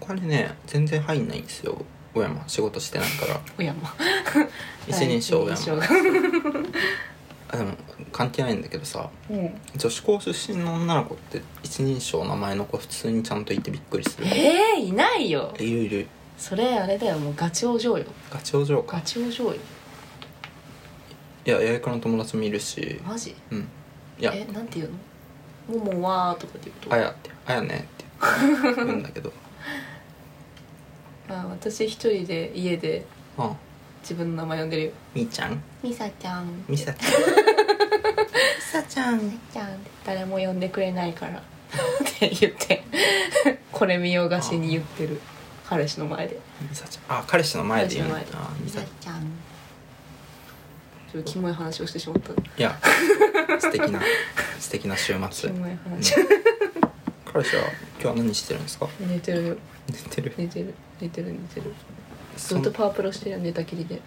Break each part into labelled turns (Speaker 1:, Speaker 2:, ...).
Speaker 1: お金ね全然入んないんですよ小山仕事してないから
Speaker 2: 小山
Speaker 1: 一人称
Speaker 2: 第一
Speaker 1: 小
Speaker 2: 人
Speaker 1: 山
Speaker 2: 称
Speaker 1: あでも関係ないんだけどさ
Speaker 2: うん
Speaker 1: 女子校出身の女の子って一人称名前の子普通にちゃんといてびっくりする
Speaker 2: えー、いないよ
Speaker 1: いるいる
Speaker 2: それあれだよもうガチお嬢よ
Speaker 1: ガチお嬢
Speaker 2: ガ
Speaker 1: か
Speaker 2: チお嬢よ
Speaker 1: いや八重子の友達もいるし
Speaker 2: マジ
Speaker 1: うんいや
Speaker 2: えなんて言うのももはとかって言
Speaker 1: あ
Speaker 2: う
Speaker 1: やってあやねって言うんだけど
Speaker 2: とあ私一人で家で
Speaker 1: うん
Speaker 2: 自分の名前呼んでるよ
Speaker 1: みーちゃん
Speaker 2: ミサちゃん
Speaker 1: みさちゃん みさちゃん
Speaker 2: ちゃん誰も呼んでくれないから って言って これ見よがしに言ってる彼氏の前で
Speaker 1: みさちゃんあ彼氏の前で言うんだ
Speaker 2: 彼氏の
Speaker 1: あみさち
Speaker 2: ちゃんちょっとキモい話をしてしまった
Speaker 1: ゃんいや素敵な素敵な週
Speaker 2: キ
Speaker 1: 末、
Speaker 2: モい話
Speaker 1: うん彼氏は今日は何してるんですか
Speaker 2: 寝てるよ
Speaker 1: 寝てる
Speaker 2: 寝てる寝てる寝てるず
Speaker 1: そ
Speaker 2: っと
Speaker 1: の
Speaker 2: パワープロしてるよ寝たきりで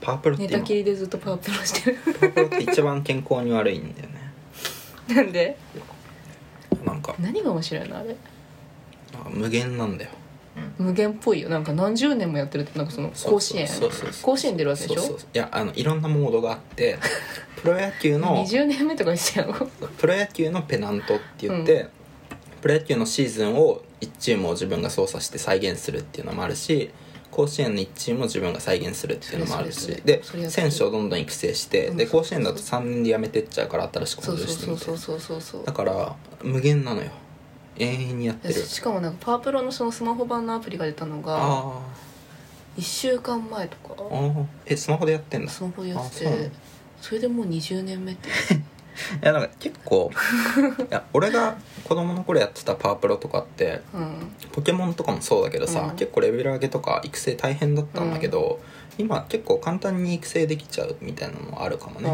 Speaker 1: パープルって
Speaker 2: 寝
Speaker 1: 今
Speaker 2: たきりでずっとパワープロしてる
Speaker 1: パープルって一番健康に悪いんだよね
Speaker 2: なんで
Speaker 1: なんか
Speaker 2: 何が面白いのあれ
Speaker 1: なんか無限なんだよ
Speaker 2: 無限っぽいよなんか何十年もやってるってなんかその
Speaker 1: そう
Speaker 2: 甲
Speaker 1: そ
Speaker 2: 子
Speaker 1: う
Speaker 2: 園
Speaker 1: そうそうそう
Speaker 2: 甲子園出るわけでし
Speaker 1: そう
Speaker 2: ょ
Speaker 1: そういやあのいろんなモードがあってプロ野球の
Speaker 2: 20年目とかしてやろ
Speaker 1: プロ野球のペナントって言って、プロ野球のシーズンを1チームを自分が操作して再現するっていうのもあるし甲子園の1チームを自分が再現するっていうのもあるし
Speaker 2: それそれ
Speaker 1: で
Speaker 2: それやってる
Speaker 1: 選手をどんどん育成して、
Speaker 2: うん
Speaker 1: で甲子園だと3年で辞めてっちゃうから新しく
Speaker 2: そ
Speaker 1: 補
Speaker 2: う
Speaker 1: 充して
Speaker 2: そう
Speaker 1: みて
Speaker 2: そうそうそうそう
Speaker 1: だから無限なのよ永遠にやってる
Speaker 2: しかもなんかパワープロのそのスマホ版のアプリが出たのが
Speaker 1: あ
Speaker 2: 1週間前と
Speaker 1: ーあ
Speaker 2: か
Speaker 1: ーえスマホでやってんだ
Speaker 2: スマホでやって
Speaker 1: あそうな
Speaker 2: て
Speaker 1: の
Speaker 2: それでもう20年目って
Speaker 1: いやなんか結 構いや俺が子供の頃やってたパワープロとかって
Speaker 2: うん
Speaker 1: ポケモンとかもそうだけどさ、
Speaker 2: うん
Speaker 1: 結構レベル上げとか育成大変だったんだけど、今結構簡単に育成できちゃうみたいなのもあるかも
Speaker 2: あ
Speaker 1: ね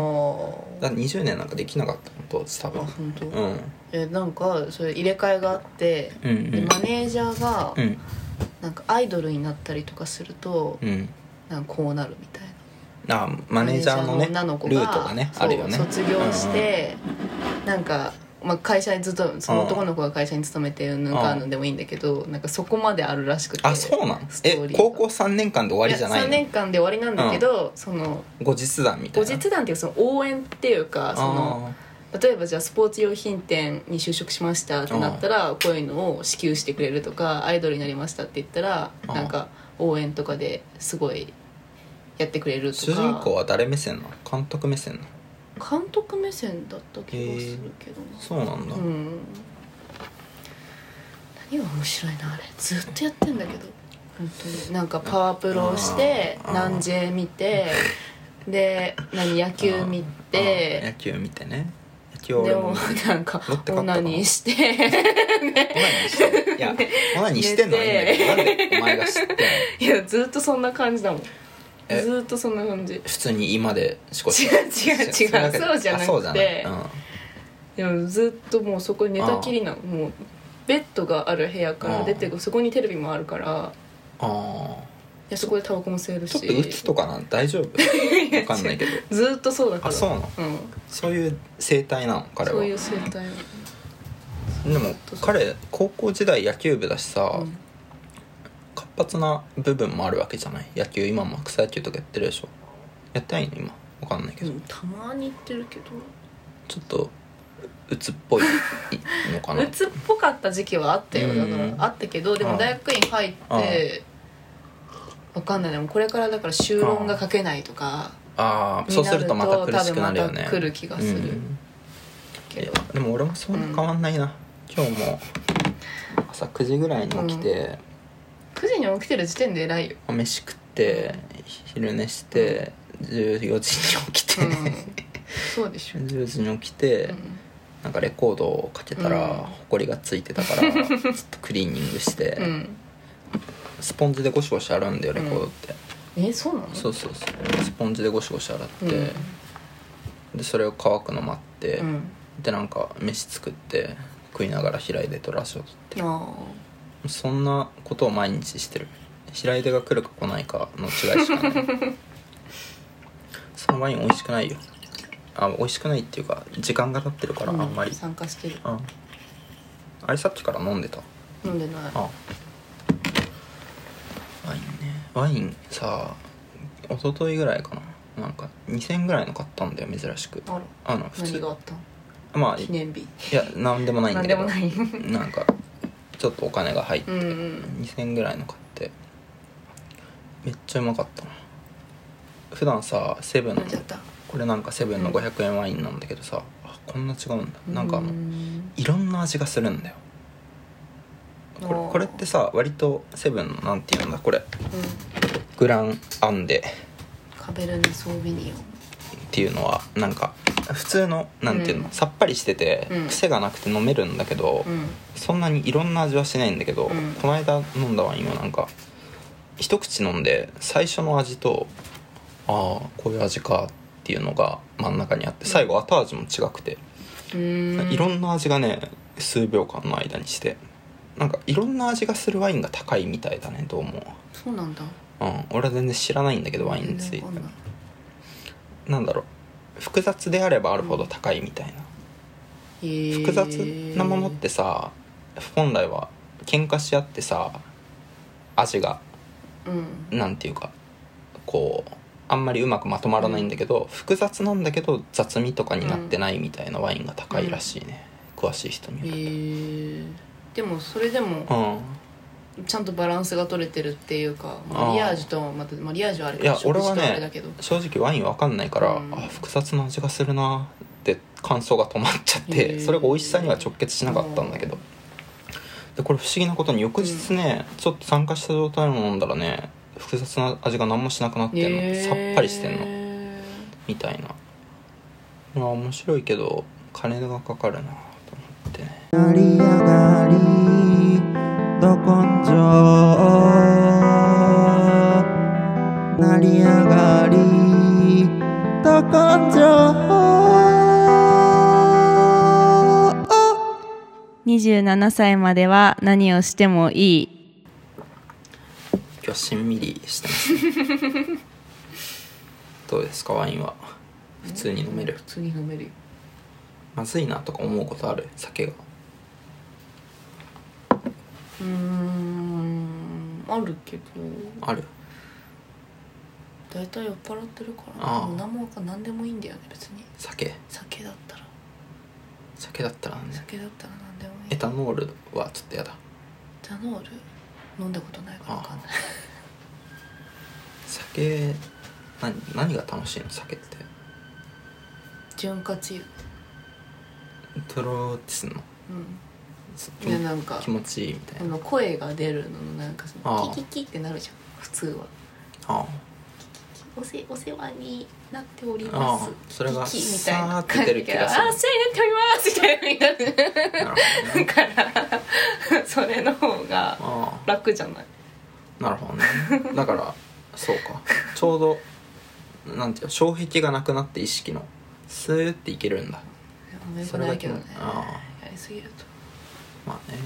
Speaker 2: ー
Speaker 1: だから20年なんかできなかったの当時多
Speaker 2: あ
Speaker 1: 分
Speaker 2: 本当、
Speaker 1: うん
Speaker 2: えなんかそれ入れ替えがあって、
Speaker 1: うんう
Speaker 2: で
Speaker 1: ん
Speaker 2: マネージャーが
Speaker 1: うん
Speaker 2: なんかアイドルになったりとかすると、
Speaker 1: うん
Speaker 2: なんかこうなるみたいな
Speaker 1: あマネージャーのね
Speaker 2: マネージャーの女の子が
Speaker 1: ルートがね
Speaker 2: そう
Speaker 1: あるよね
Speaker 2: 卒業して、なんか、まあ、会社にずっとその男の子が会社に勤めてるのかのでもいいんだけどなんかそこまであるらしくて
Speaker 1: あそうなん
Speaker 2: ストー
Speaker 1: え
Speaker 2: リーが
Speaker 1: 高校3年間で終わりじゃない
Speaker 2: や3
Speaker 1: の
Speaker 2: 年間で終わりなんだけど、その
Speaker 1: 後日談みた
Speaker 2: 後
Speaker 1: いな
Speaker 2: 日談っていうかその応援っていうかその
Speaker 1: あ
Speaker 2: 例えばじゃあスポーツ用品店に就職しましたってなったらこういうのを支給してくれるとかアイドルになりましたって言ったら
Speaker 1: うん
Speaker 2: なんか応援とかですごいやってくれ
Speaker 1: ー
Speaker 2: るとか
Speaker 1: 主人公は誰目線なの監督目線なの
Speaker 2: 監督目線だった気がするけどな
Speaker 1: そうなんだ、
Speaker 2: うん何が面白いなあれずっとやってんだけど本当になんかパワープロをして
Speaker 1: あー
Speaker 2: 南 J 見てで何野球見
Speaker 1: あー野
Speaker 2: て
Speaker 1: 球見てね野球は
Speaker 2: で
Speaker 1: 俺
Speaker 2: も
Speaker 1: も
Speaker 2: なんか
Speaker 1: ロッテ勝ったかな
Speaker 2: オナニーして
Speaker 1: オナニーしていやオナニーしてんの はいいんだけどなんでお前が知ってんの
Speaker 2: いやずっとそんな感じだもん
Speaker 1: え
Speaker 2: ずっとそんな感じ
Speaker 1: 普通に今でしこ
Speaker 2: 違う違う違うそうじゃなくて
Speaker 1: そうじゃない、うん、
Speaker 2: でもずっともうそこに寝たきりなのもうベッドがある部屋から出て
Speaker 1: う
Speaker 2: そこにテレビもあるから
Speaker 1: あ
Speaker 2: いやそこでタバコも吸え
Speaker 1: ー
Speaker 2: るし
Speaker 1: ちょっとうつとかな大丈夫 わかんないけど
Speaker 2: ずっとそうだから
Speaker 1: あそうなの
Speaker 2: うん
Speaker 1: そういう生態なの彼
Speaker 2: そう
Speaker 1: は
Speaker 2: いう生態なの
Speaker 1: でも彼高校時代野球部だしさ、
Speaker 2: うん
Speaker 1: 活発な部分もあるわけじゃない野球今も草野球とかやってるでしょやってないの今わかんないけど、
Speaker 2: うんたまに行ってるけど
Speaker 1: ちょっとうつっぽいのかな
Speaker 2: うつっぽかった時期はあったよだか
Speaker 1: うん
Speaker 2: らあったけどで
Speaker 1: ああ
Speaker 2: も大学院入ってわかんないでもこれからだから修論が書けないとか
Speaker 1: ああそうするとまた苦しくなるよね
Speaker 2: になると多分また来る気がする
Speaker 1: うん
Speaker 2: けど
Speaker 1: いやでも俺もそんな変わんないな、今日も朝9時ぐらいに起きて、
Speaker 2: 9時に起きてる時点で偉いよ
Speaker 1: お飯食って昼寝して、14時に起きて、
Speaker 2: うんそうで しょ
Speaker 1: 10時に起きて、
Speaker 2: うん
Speaker 1: なんかレコードをかけたら、
Speaker 2: うん
Speaker 1: ほこりがついてたから ちょっとクリーニングして、
Speaker 2: うん
Speaker 1: スポンジでゴシゴシ洗うんだよレコードって、
Speaker 2: えそうなの
Speaker 1: そうそうそうスポンジでゴシゴシ洗って、
Speaker 2: うん
Speaker 1: でそれを乾くの待って、
Speaker 2: うん
Speaker 1: でなんか飯作って食いながら平井でとラジオ撮って。
Speaker 2: あ
Speaker 1: そんなことを毎日してる平井出が来るか来ないかの違いしかない そのワイン美味しくないよあ美味しくないっていうか時間が経ってるからあ
Speaker 2: ー
Speaker 1: んまり、
Speaker 2: う参加してる
Speaker 1: うんあれさっきから飲んでた
Speaker 2: 飲んでない
Speaker 1: あワインさ一昨日ぐらいかななんか2000ぐらいの買ったんだよ珍しく
Speaker 2: あら
Speaker 1: あの普
Speaker 2: 何
Speaker 1: 通
Speaker 2: があったの
Speaker 1: まあい
Speaker 2: 記念日
Speaker 1: やなんでもないんだ
Speaker 2: 何
Speaker 1: け
Speaker 2: で
Speaker 1: ど
Speaker 2: もない う
Speaker 1: なんかちょっとお金が入って、
Speaker 2: んうん
Speaker 1: 2000ぐらいの買ってめっちゃうまかったな普段さセブンの
Speaker 2: 飲んじゃった
Speaker 1: これなんかセブンの500円ワインなんだけどさ、あこんな違うんだなんかあの
Speaker 2: うん
Speaker 1: いろんな味がするんだよこ
Speaker 2: おー
Speaker 1: れこれってさ割とセブンのなんていうんだこれグランアンデ
Speaker 2: カベルネソービニオ
Speaker 1: っていうのはなんか普通のなんていうの、
Speaker 2: うん
Speaker 1: さっぱりしてて、
Speaker 2: うん
Speaker 1: 癖がなくて飲めるんだけど、
Speaker 2: ンうん
Speaker 1: そんなにいろんな味はしないんだけど、
Speaker 2: うん
Speaker 1: この間飲んだワインはなんか一口飲んで最初の味とああこういう味かっていうのが真ん中にあって最後後味も違くて、
Speaker 2: うん
Speaker 1: いろんな味がね数秒間の間にしてなんかいろんな味がするワインが高いみたいだねどうも、
Speaker 2: そうなんだ
Speaker 1: うん、俺は全然知らないんだけどワインについて
Speaker 2: 全然わかんない
Speaker 1: なんだろう複雑であればあるほど高いみたいな、
Speaker 2: へー
Speaker 1: 複雑なものってさ本来は喧嘩し合ってさ味が
Speaker 2: うん
Speaker 1: なんていうかこうあんまりうまくまとまらないんだけど、複雑なんだけど雑味とかになってないみたいなワインが高いらしいね、詳しい人
Speaker 2: へ
Speaker 1: には
Speaker 2: ーでもそれでも
Speaker 1: うん
Speaker 2: ちゃんとバランスが取れてるっていうか
Speaker 1: あー
Speaker 2: マリアージュとはまたマリアージュはあれか
Speaker 1: いや
Speaker 2: 食
Speaker 1: 俺
Speaker 2: 事と
Speaker 1: は
Speaker 2: あれだ
Speaker 1: ね
Speaker 2: けど
Speaker 1: 正直ワインわかんないから、
Speaker 2: うん
Speaker 1: あ複雑な味がするなって感想が止まっちゃっ
Speaker 2: へ
Speaker 1: て
Speaker 2: ー
Speaker 1: それが美味しさには直結しなかったんだけどでこれ不思議なことに翌日ね、ちょっと酸化した状態の飲んだらね複雑な味が何もしなくなってんの、
Speaker 2: へー
Speaker 1: さっぱりしてんのみたいなまあ面白いけど金がかかるなと思ってね成り上がりど根性成り上がりど根性
Speaker 2: 27歳までは何をしてもいい
Speaker 1: 今日しんみりして ますねどうですかワインは普通に飲める
Speaker 2: 普通に飲めるよ
Speaker 1: まずいなとか思うことある酒が
Speaker 2: うーんあるけど
Speaker 1: ある
Speaker 2: 大体酔っ払ってるから
Speaker 1: ああ
Speaker 2: もう何もか何でもいいんだよね別に
Speaker 1: 酒
Speaker 2: 酒だったら
Speaker 1: 酒だったらね
Speaker 2: 酒だったら何でもいい
Speaker 1: エタノールはちょっとやだ
Speaker 2: エタノール飲んだことないから分かんない
Speaker 1: 酒何何が楽しいの酒って
Speaker 2: 潤滑油
Speaker 1: トローってすんのす
Speaker 2: うんいやなんか
Speaker 1: 気持ちいいみた
Speaker 2: こ
Speaker 1: いな
Speaker 2: の声が出るののなんかそ
Speaker 1: あ
Speaker 2: の
Speaker 1: あ
Speaker 2: キキキってなるじゃん普通は
Speaker 1: あ
Speaker 2: おせお世話になっておりま
Speaker 1: ああ
Speaker 2: す
Speaker 1: それが
Speaker 2: キキみたいな
Speaker 1: さーって出る気がする
Speaker 2: ああ世話になっておりますみたいな
Speaker 1: あなるほど
Speaker 2: だ
Speaker 1: ね
Speaker 2: からそれの方が
Speaker 1: あ
Speaker 2: 楽じゃない
Speaker 1: あなるほどねだからそうかちょうどなんていうの障壁がなくなって意識のスーっていけるんだ
Speaker 2: あん
Speaker 1: そ
Speaker 2: ま
Speaker 1: れ
Speaker 2: りな
Speaker 1: が
Speaker 2: いけどね
Speaker 1: あ
Speaker 2: やりすぎると
Speaker 1: あまあね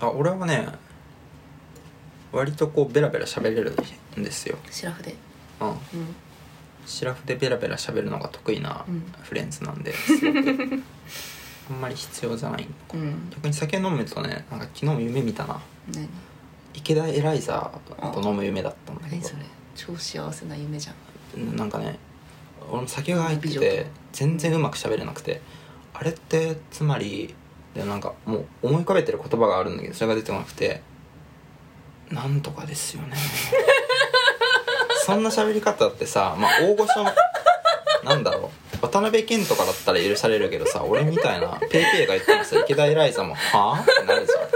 Speaker 1: あ俺はね割とこうベラベラ喋れるんですよ、
Speaker 2: シラフで
Speaker 1: うん、
Speaker 2: うん
Speaker 1: シラフでベラベラ喋るのが得意な
Speaker 2: うん
Speaker 1: フレンズなんで、すごく あんまり必要じゃないのか
Speaker 2: うん
Speaker 1: 逆に酒飲むとねなんか昨日も夢見たな
Speaker 2: 何
Speaker 1: 池田エライザーと飲む夢だったんだけ
Speaker 2: 何
Speaker 1: ど
Speaker 2: それ超幸せな夢じゃん
Speaker 1: なんかね俺も酒が入って
Speaker 2: 美女
Speaker 1: て
Speaker 2: と
Speaker 1: 全然うまく喋れなくてあれってつまりでなんかもう思い浮かべてる言葉があるんだけどそれが出てこなくて「なんとかですよ ね」そんな喋り方ってさ、まあ、大御所のなんだろう渡辺謙とかだったら許されるけどさ俺みたいなペイペイが言ってもさ池田エライザも「はあ?」ってなるじゃん。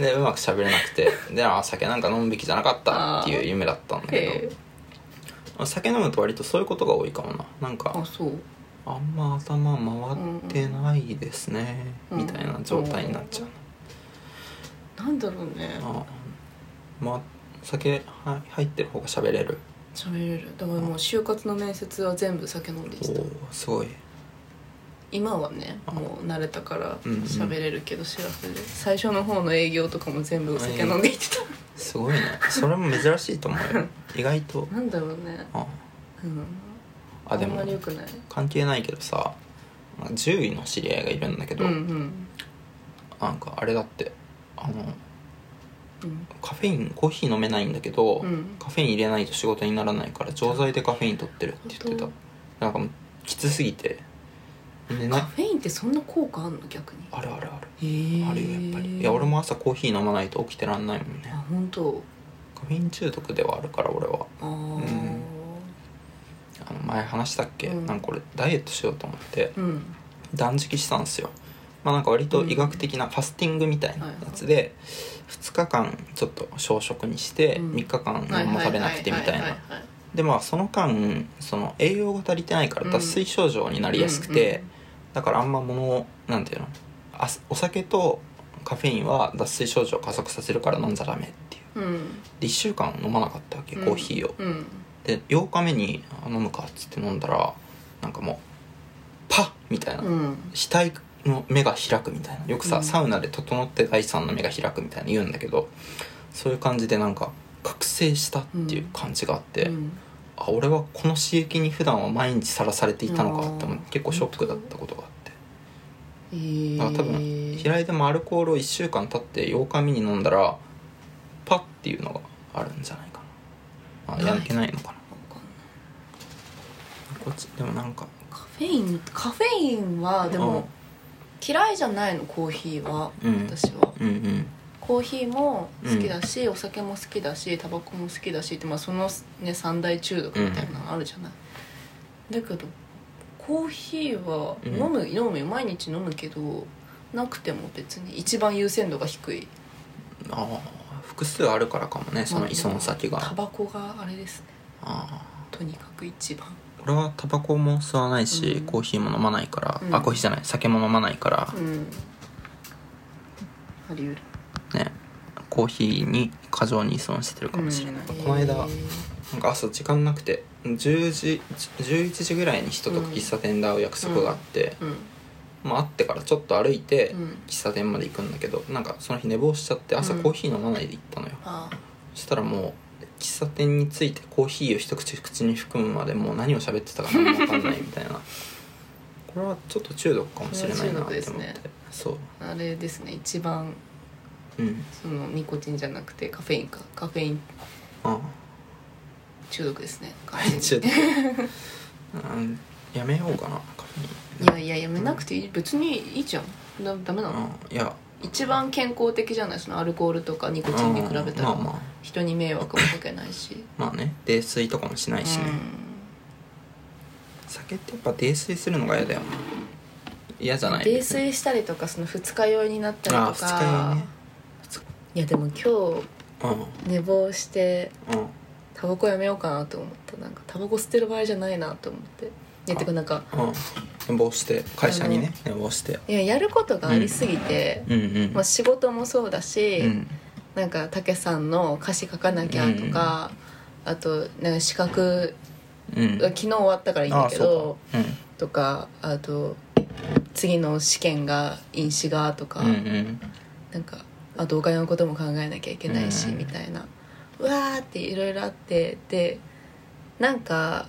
Speaker 1: でうまく喋れなくてであ酒なんか飲むべきじゃなかったっていう夢だったんだけど。
Speaker 2: へえ
Speaker 1: 酒飲むと割とそういうことが多いかもななん
Speaker 2: あ
Speaker 1: か
Speaker 2: そう
Speaker 1: あんま頭回ってないですね、
Speaker 2: うんうん
Speaker 1: みたいな状態になっちゃう
Speaker 2: なんだろうね
Speaker 1: な、あまあ酒は入ってる方が喋れる
Speaker 2: 喋れるだからもう就活の面接は全部酒飲んで
Speaker 1: お
Speaker 2: きた
Speaker 1: おすごい
Speaker 2: 今はね
Speaker 1: あ
Speaker 2: もう慣れたから
Speaker 1: うんうん
Speaker 2: 喋れるけどシラフで最初の方の営業とかも全部お酒飲んでいってた、
Speaker 1: すごいねそれも珍しいと思う よ意外と
Speaker 2: なんだろうね
Speaker 1: あ
Speaker 2: うん
Speaker 1: あで
Speaker 2: ん
Speaker 1: も
Speaker 2: まり良くない
Speaker 1: 関係ないけどさまあ獣医の知り合いがいるんだけ
Speaker 2: う
Speaker 1: ど、
Speaker 2: んうん
Speaker 1: なんかあれだってあの
Speaker 2: うん
Speaker 1: カフェインコーヒー飲めないんだけど、
Speaker 2: うん
Speaker 1: カフェイン入れないと仕事にならないから錠剤でカフェイン取ってるって言ってた
Speaker 2: 本
Speaker 1: なんかもうきつすぎてで
Speaker 2: カ
Speaker 1: な
Speaker 2: フェインってそんな効果あんの逆に
Speaker 1: あるあるある
Speaker 2: へえ
Speaker 1: あるよやっぱりいや俺も朝コーヒー飲まないと起きてらんないもんね
Speaker 2: あ本当
Speaker 1: カフェイン中毒ではあるから俺は
Speaker 2: ああ
Speaker 1: んあの前話したっけ、
Speaker 2: うん
Speaker 1: なんか俺ダイエットしようと思って
Speaker 2: うん、
Speaker 1: 断食したんですよまあなんか割と医学的なファスティングみたいなやつで2日間ちょっと小食にして
Speaker 2: うん
Speaker 1: 3日間
Speaker 2: はい
Speaker 1: 何も食べなくてみたい
Speaker 2: はは
Speaker 1: な
Speaker 2: はは
Speaker 1: でまあその間その栄養が足りてないから脱水症状になりやすくて、
Speaker 2: うんうん
Speaker 1: だからあんまものなんていうのあお酒とカフェインは脱水症状を加速させるから飲んじゃダメっていう
Speaker 2: うん
Speaker 1: で1週間飲まなかったわけ
Speaker 2: うん
Speaker 1: コーヒーを、
Speaker 2: うん
Speaker 1: で8日目にあ飲むかっつって飲んだらなんかもうパッみたいな、
Speaker 2: うん
Speaker 1: 額の目が開くみたいなよくさ、
Speaker 2: うん
Speaker 1: サウナで整って第三の目が開くみたいな言うんだけどそういう感じでなんか覚醒したっていう感じがあって、
Speaker 2: うん
Speaker 1: あ俺はこの刺激に普段は毎日さらされていたのかって思っ
Speaker 2: あ
Speaker 1: て
Speaker 2: ー
Speaker 1: 結構ショックだったことがあって
Speaker 2: えー
Speaker 1: だから多分平井でもアルコールを1週間経って8日目に飲んだらパッっていうのがあるんじゃないかなあやってないのかなこっちでもなんか
Speaker 2: カフェインカフェインはでも嫌いじゃないのコーヒーは
Speaker 1: うんうん
Speaker 2: 私は
Speaker 1: うんうん
Speaker 2: コーヒーも好きだし、お酒も好きだしタバコも好きだしって、まあ、その、ね、三大中毒みたいなのあるじゃない、だけどコーヒーは
Speaker 1: うん
Speaker 2: 飲む、飲むよ毎日飲むけどなくても別に一番優先度が低い
Speaker 1: ああ複数あるからかもねその依存先が、
Speaker 2: タバコがあれですね
Speaker 1: あ
Speaker 2: とにかく一番
Speaker 1: ー俺はタバコも吸わないし、
Speaker 2: うん
Speaker 1: コーヒーも飲まないから、
Speaker 2: うん
Speaker 1: あコーヒーじゃない酒も飲まないから
Speaker 2: う、んあり得る
Speaker 1: ねコーヒーに過剰に依存してるかもしれない、
Speaker 2: うん
Speaker 1: この間、
Speaker 2: えー
Speaker 1: なんか朝時間なくて10時11時ぐらいに人と喫茶店で会う約束があって、
Speaker 2: うん
Speaker 1: まあ会ってからちょっと歩いて
Speaker 2: うん
Speaker 1: 喫茶店まで行くんだけどなんかその日寝坊しちゃって朝
Speaker 2: うん
Speaker 1: コーヒー飲まないで行ったのよ、
Speaker 2: あ
Speaker 1: そしたらもう喫茶店に着いてコーヒーを一口口に含むまでもう何を喋ってたか何も分かんないみた いなこれはちょっと中毒かもしれないなって思っ
Speaker 2: こ
Speaker 1: て、
Speaker 2: れは中毒ですね
Speaker 1: そう
Speaker 2: ーあれですね一番
Speaker 1: うん
Speaker 2: そのニコチンじゃなくてカフェインかカフェイン
Speaker 1: あ
Speaker 2: 中毒ですね
Speaker 1: あ中毒 うんやめようかなカフェイン
Speaker 2: いやいややめなくていい別にいいじゃんだダメなの、
Speaker 1: うんいや
Speaker 2: 一番健康的じゃないそのアルコールとかニコチンに比べた
Speaker 1: まあ
Speaker 2: ら
Speaker 1: まあ
Speaker 2: 人に迷惑もかけないし、
Speaker 1: まあね泥酔とかもしない しね、酒ってやっぱ泥酔するのが嫌だよね嫌じ
Speaker 2: う
Speaker 1: ゃ
Speaker 2: ん
Speaker 1: ない
Speaker 2: 泥酔したりとかその二日酔いになったりと
Speaker 1: あ
Speaker 2: か
Speaker 1: あ二日酔いね
Speaker 2: いやでも今日寝坊して
Speaker 1: うんうん
Speaker 2: タバコやめようかなと思ったなんかタバコ吸ってる場合じゃないなと思っていやてかなんか
Speaker 1: うん寝坊して会社にね寝坊して
Speaker 2: いややることがありすぎて、
Speaker 1: うんうん
Speaker 2: まあ、仕事もそうだし、
Speaker 1: うん
Speaker 2: なんかたけさんの歌詞書かなきゃとか、あとなんか資格
Speaker 1: うん
Speaker 2: 昨日終わったからいいんだけど
Speaker 1: ああ
Speaker 2: とかあと次の試験が飲酒がとか、
Speaker 1: そうかうんうんうん
Speaker 2: なんかあとお金のことも考えなきゃいけないし、
Speaker 1: うん
Speaker 2: みたいなうわーっていろいろあってでなんか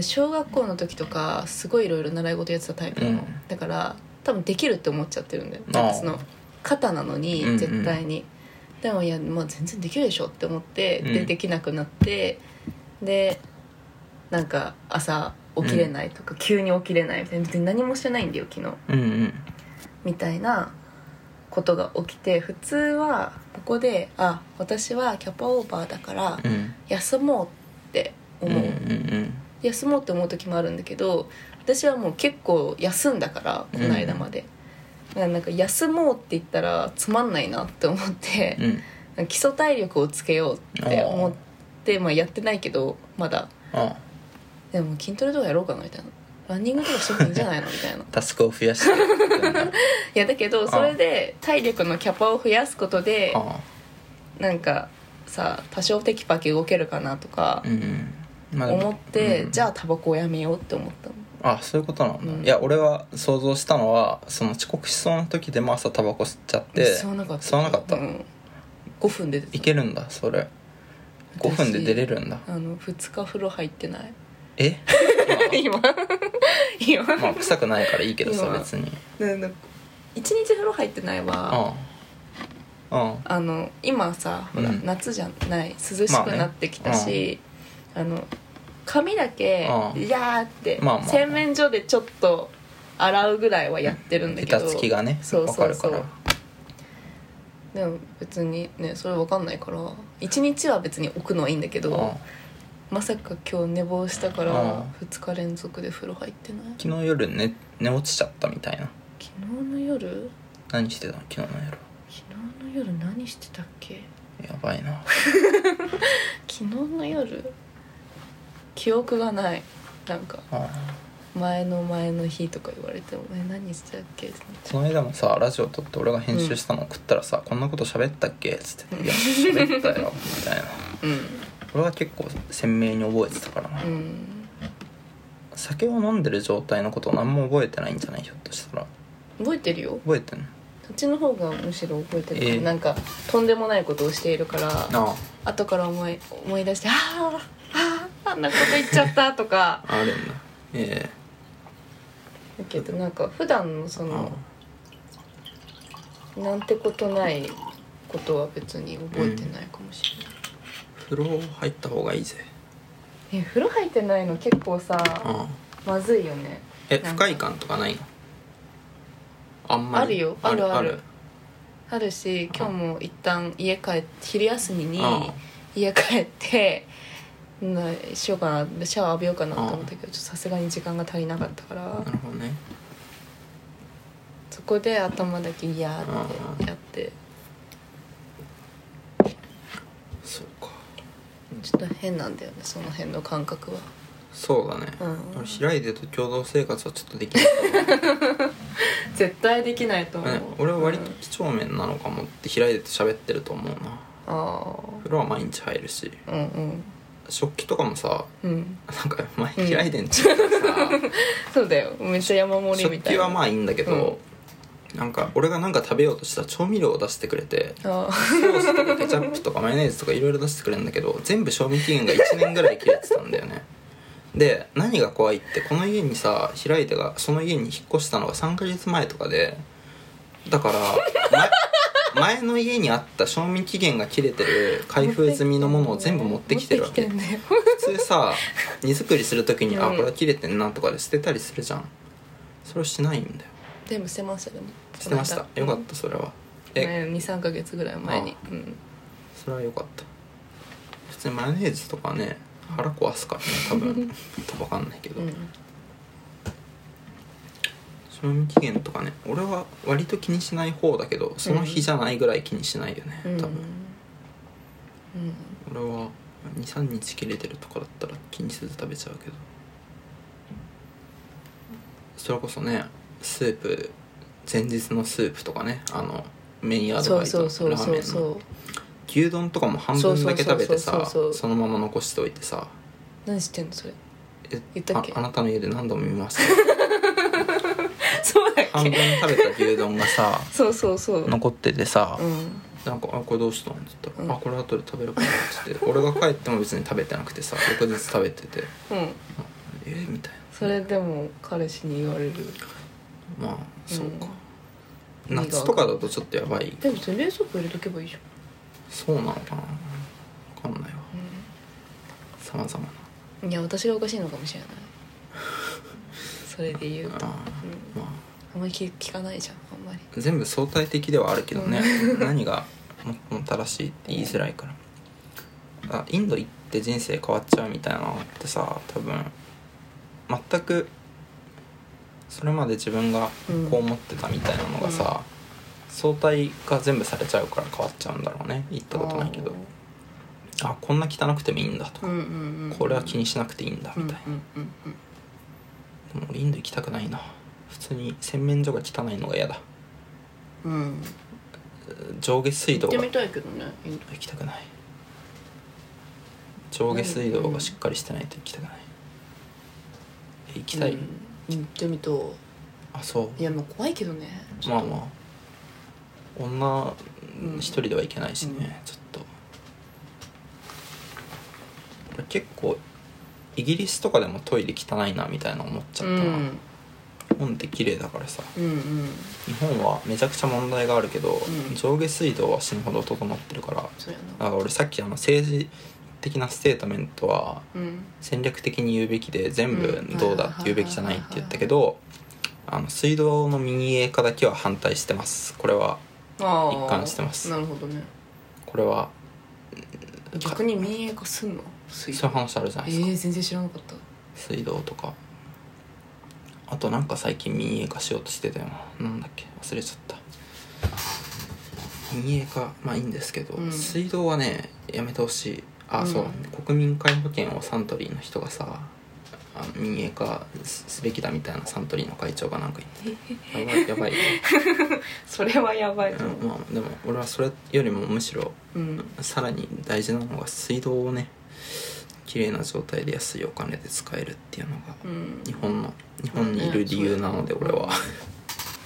Speaker 2: 小学校の時とかすごいいろいろ習い事やってたタイプなの、
Speaker 1: うん
Speaker 2: だから多分できるって思っちゃってるんだよ
Speaker 1: あー
Speaker 2: なんかその肩なのに
Speaker 1: うんうん
Speaker 2: 絶対に、でもいやもう全然できるでしょって思って
Speaker 1: う
Speaker 2: で
Speaker 1: ん
Speaker 2: できなくなってでなんか朝起きれないとか、急に起きれないみたいな別に何もしてないんだよ昨日。
Speaker 1: うんうん
Speaker 2: みたいなことが起きて普通はここで「あ私はキャパオーバーだから
Speaker 1: うん
Speaker 2: 休もう」って
Speaker 1: うん
Speaker 2: 思う、
Speaker 1: うん
Speaker 2: 休もうって思う時もあるんだけど私はもう結構休んだからこの間まで、だからなんか休もうって言ったらつまんないなって思って
Speaker 1: う、ん
Speaker 2: 基礎体力をつけようって思ってまあ、やってないけどまだ
Speaker 1: あ
Speaker 2: でも筋トレとかやろうかなみたいなランニングとかしてもいいんじゃないのみたいな
Speaker 1: タスクを増やして
Speaker 2: いやだけどそれで体力のキャパを増やすことで
Speaker 1: あ
Speaker 2: なんかさ多少テキパキ動けるかなとか
Speaker 1: あうんまあでも
Speaker 2: 思って、
Speaker 1: うん
Speaker 2: じゃあタバコをやめようって思ったの
Speaker 1: あそういうことなんだ、
Speaker 2: うん
Speaker 1: いや俺は想像したのはその遅刻しそうな時でも朝タバコ吸っちゃって
Speaker 2: 吸わなかった
Speaker 1: 吸わなかった
Speaker 2: うん、5分で出
Speaker 1: い
Speaker 2: てた
Speaker 1: けるんだそれ5分で出れるんだ
Speaker 2: あの2日風呂入ってない
Speaker 1: え、
Speaker 2: 今 今
Speaker 1: まあ、まあ臭くないからいいけどさ
Speaker 2: 今
Speaker 1: 別に
Speaker 2: なんだ一日風呂入ってないは
Speaker 1: ああああ
Speaker 2: あの今さほら、
Speaker 1: うん
Speaker 2: 夏じゃない涼し
Speaker 1: まあ
Speaker 2: く
Speaker 1: ね
Speaker 2: なってきたし、あの髪だけ
Speaker 1: うん
Speaker 2: いやーって、
Speaker 1: まあまあ
Speaker 2: 洗面所でちょっと洗うぐらいはやってるんだ
Speaker 1: べ
Speaker 2: けど
Speaker 1: たつきがね
Speaker 2: そう
Speaker 1: わ
Speaker 2: そ
Speaker 1: か
Speaker 2: う
Speaker 1: る
Speaker 2: そ
Speaker 1: か
Speaker 2: う
Speaker 1: ら
Speaker 2: でも別にねそれわかんないから1日は別に置くのはいいんだけど、
Speaker 1: うん
Speaker 2: まさか今日寝坊したか
Speaker 1: うん
Speaker 2: ら2日連続で風呂入ってない
Speaker 1: 昨日夜寝寝落ちちゃったみたいな
Speaker 2: 昨日の夜
Speaker 1: 何してたの昨日の夜
Speaker 2: 昨日の夜何してたっけ
Speaker 1: やばいな
Speaker 2: 昨日の夜記憶がないなんか
Speaker 1: あ
Speaker 2: 前の前の日とか言われても「え何してたっけ?」
Speaker 1: この間もさラジオ撮って俺が編集したの送ったらさ、こんなこと喋ったっけ?」っつって「いや喋ったよ」みたいな
Speaker 2: う
Speaker 1: 俺は結構鮮明に覚えてたからな、
Speaker 2: んうん
Speaker 1: 酒を飲んでる状態のことを何も覚えてないんじゃないひょっとしたら
Speaker 2: 覚えてるよ
Speaker 1: 覚えてんの
Speaker 2: そっちの方がむしろ覚えてるから、
Speaker 1: えー
Speaker 2: なんかとんでもないことをしているから
Speaker 1: あ
Speaker 2: 後から思い思い出して「あーあーあんなこと言っちゃった」とか
Speaker 1: ああるんだえ
Speaker 2: だけどなんか普段のそ
Speaker 1: え
Speaker 2: のなんてことないことは別に覚えてないかもしれない、
Speaker 1: 風呂入った方がいいぜ
Speaker 2: え風呂入ってないの結構さ
Speaker 1: あ
Speaker 2: まずいよね
Speaker 1: え
Speaker 2: なん
Speaker 1: 不
Speaker 2: か
Speaker 1: 快感とかないのあんまり
Speaker 2: あるよあるあるあるし今日も一旦家帰って昼休みに
Speaker 1: あ
Speaker 2: 家帰ってなしようかなシャワー浴びようかなと思ったけどちょっとさすがに時間が足りなかったから
Speaker 1: なるほどね
Speaker 2: そこで頭だけ「いや」ってやって
Speaker 1: そうか
Speaker 2: ちょっと変なんだよねその辺の感覚は
Speaker 1: そうだね、
Speaker 2: うん
Speaker 1: 俺平井でと共同生活はちょっとできないと思う
Speaker 2: 絶対できないと思う、
Speaker 1: ね、俺は割
Speaker 2: う
Speaker 1: と
Speaker 2: ん
Speaker 1: 几帳面なのかもって平井でと喋ってると思うな
Speaker 2: あ
Speaker 1: 風呂は毎日入るし
Speaker 2: あうんうん
Speaker 1: 食器とかもさ
Speaker 2: うん
Speaker 1: なんか 前
Speaker 2: うん
Speaker 1: 平井でんちからさ、
Speaker 2: そうだよめっちゃ山盛り
Speaker 1: 食
Speaker 2: みたい
Speaker 1: 器
Speaker 2: な
Speaker 1: はまあいいんだけど、なんか俺がなんか食べようとしたら調味料を出してくれて
Speaker 2: ああ
Speaker 1: ソースとかケチャップとかマヨネーズとかいろいろ出してくれるんだけど全部賞味期限が1年ぐらい切れてたんだよねで何が怖いってこの家にさ開いてがその家に引っ越したのが3ヶ月前とかでだから 前前の家にあった賞味期限が切れてる開封済みのものを全部持ってきてるわけ
Speaker 2: 持ってきて んだよ
Speaker 1: 普通さ荷造りする時に、あ
Speaker 2: うん
Speaker 1: これは切れてんなとかで捨てたりするじゃんそれをしないんだよ
Speaker 2: 全部捨てましたでも
Speaker 1: 捨てましたよかったそれはえ
Speaker 2: 23か月ぐらい前に
Speaker 1: あ
Speaker 2: うん
Speaker 1: それは良かった普通にマヨネーズとかね腹壊すからね多 分分かんないけど、
Speaker 2: うん
Speaker 1: 賞味期限とかね俺は割と気にしない方だけどその日じゃないぐらい気にしないよね、
Speaker 2: うん
Speaker 1: 多分俺は23日切れてるとかだったら気にせず食べちゃうけどそれこそねスープ前日のスープとかねあのメイン
Speaker 2: う
Speaker 1: アド
Speaker 2: んそ
Speaker 1: バ
Speaker 2: う
Speaker 1: イ
Speaker 2: そ
Speaker 1: ト
Speaker 2: うそう
Speaker 1: ラー
Speaker 2: そ
Speaker 1: メン
Speaker 2: う
Speaker 1: の
Speaker 2: そう
Speaker 1: 牛丼とかも半分だけ食べて
Speaker 2: そうそうそう
Speaker 1: さ
Speaker 2: そうそう
Speaker 1: そのまま残しておいてさ
Speaker 2: 何してんのそれ
Speaker 1: え
Speaker 2: 言ったっけ
Speaker 1: ああなたの家で何度も見ま した
Speaker 2: そうだっ
Speaker 1: 半分
Speaker 2: け
Speaker 1: 食べた牛丼が さ
Speaker 2: そうそうそう
Speaker 1: 残っててさ、
Speaker 2: うん
Speaker 1: なんか「あこれどうしたん?」って言ったら「
Speaker 2: うん
Speaker 1: あこれ後で食べるから」って言って俺が帰っても別に食べてなくてさ翌日食べてて
Speaker 2: うん
Speaker 1: 「えー、みたいな
Speaker 2: それでも彼氏に言われる
Speaker 1: まあそうか、
Speaker 2: うん
Speaker 1: 夏とかだとちょっとやばい
Speaker 2: でもそれ冷蔵庫入れとけばいいじゃん
Speaker 1: そうなのかな分かんないわさまざまない
Speaker 2: や私がおかしいのかもしれないそれで言う
Speaker 1: あ
Speaker 2: と、うん、
Speaker 1: ーまあ
Speaker 2: あんまり聞聞かないじゃんあんまり
Speaker 1: 全部相対的ではあるけどね、何がももたらしいって言いづらいからあインド行って人生変わっちゃうみたいなのってさ多分全くそれまで自分がこう思ってたみたいなのがさ、相対が全部されちゃうから変わっちゃうんだろうね行ったことないけどあこんな汚くてもいいんだと
Speaker 2: う
Speaker 1: か、
Speaker 2: んうんうん
Speaker 1: これは気にしなくていいんだ
Speaker 2: うん
Speaker 1: み
Speaker 2: うん
Speaker 1: たいな、
Speaker 2: うんう
Speaker 1: で
Speaker 2: ん
Speaker 1: も俺インド行きたくないな普通に洗面所が汚いのが嫌だ
Speaker 2: うん
Speaker 1: 上下水
Speaker 2: 行
Speaker 1: 道
Speaker 2: って
Speaker 1: が
Speaker 2: みたいけどねインド
Speaker 1: 行きたくない上下水道がしっかりしてないと行きたくない、え行きたい、
Speaker 2: うん行ってみと
Speaker 1: あそ
Speaker 2: いやもう怖いけどね
Speaker 1: うまあまあ女
Speaker 2: うん
Speaker 1: 一人では行けないしね、
Speaker 2: うん
Speaker 1: ちょっと俺結構イギリスとかでもトイレ汚いなみたいな思っちゃ
Speaker 2: う
Speaker 1: ったな、
Speaker 2: ん
Speaker 1: 本って綺麗だからさ
Speaker 2: うんうん
Speaker 1: 日本はめちゃくちゃ問題があるけど、
Speaker 2: うん
Speaker 1: 上下水道は死ぬほど整ってるから
Speaker 2: そうやな
Speaker 1: あ俺さっきあの政治的なステートメントは
Speaker 2: うん
Speaker 1: 戦略的に言うべきで全部
Speaker 2: うん
Speaker 1: どうだって言うべきじゃないって言ったけどあの水道の民営化だけは反対してますこれは
Speaker 2: あー
Speaker 1: 一貫してます
Speaker 2: なるほどね
Speaker 1: これは
Speaker 2: 逆に民営化すんの水
Speaker 1: そういう話あるじゃない
Speaker 2: え
Speaker 1: ですか、
Speaker 2: ー、全然知らなかった
Speaker 1: 水道とかあとなんか最近民営化しようとしてたよななんだっけ忘れちゃった民営化まあいいんですけど、
Speaker 2: うん
Speaker 1: 水道はねやめてほしいあ、
Speaker 2: うん
Speaker 1: そう国民皆保険をサントリーの人がさあの民営化すすべきだみたいなサントリーの会長がなんか言ってたやばいやばい、
Speaker 2: それはやばいと思
Speaker 1: うん、まあでも俺はそれよりもむしろ
Speaker 2: ううん
Speaker 1: さらに大事なのが水道をね綺麗な状態で安いお金で使えるっていうのが
Speaker 2: うん
Speaker 1: 日本の日本にいる理由なので
Speaker 2: うん
Speaker 1: 俺は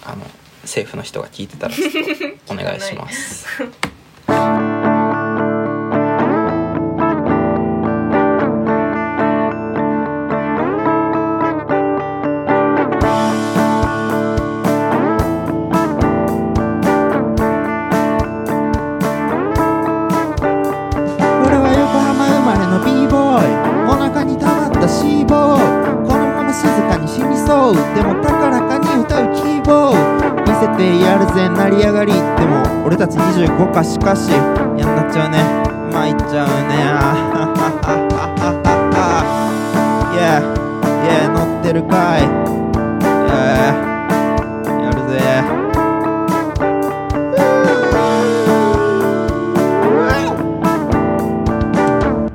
Speaker 1: あの政府の人が聞いてたらちょっとお願い します
Speaker 3: 俺は横浜生まれの b ボーイお腹に溜まった c ボーこのまま静かに死にそうでも高らかに歌うキーボー見せてやるぜ成り上がりでも俺たち25かしかしやんなっちゃうね参っちゃうね あはははははは Yeah Yeah 乗ってるかい Yeah やるぜ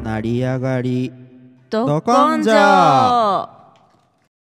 Speaker 3: 成り上がり
Speaker 4: ど
Speaker 3: 根性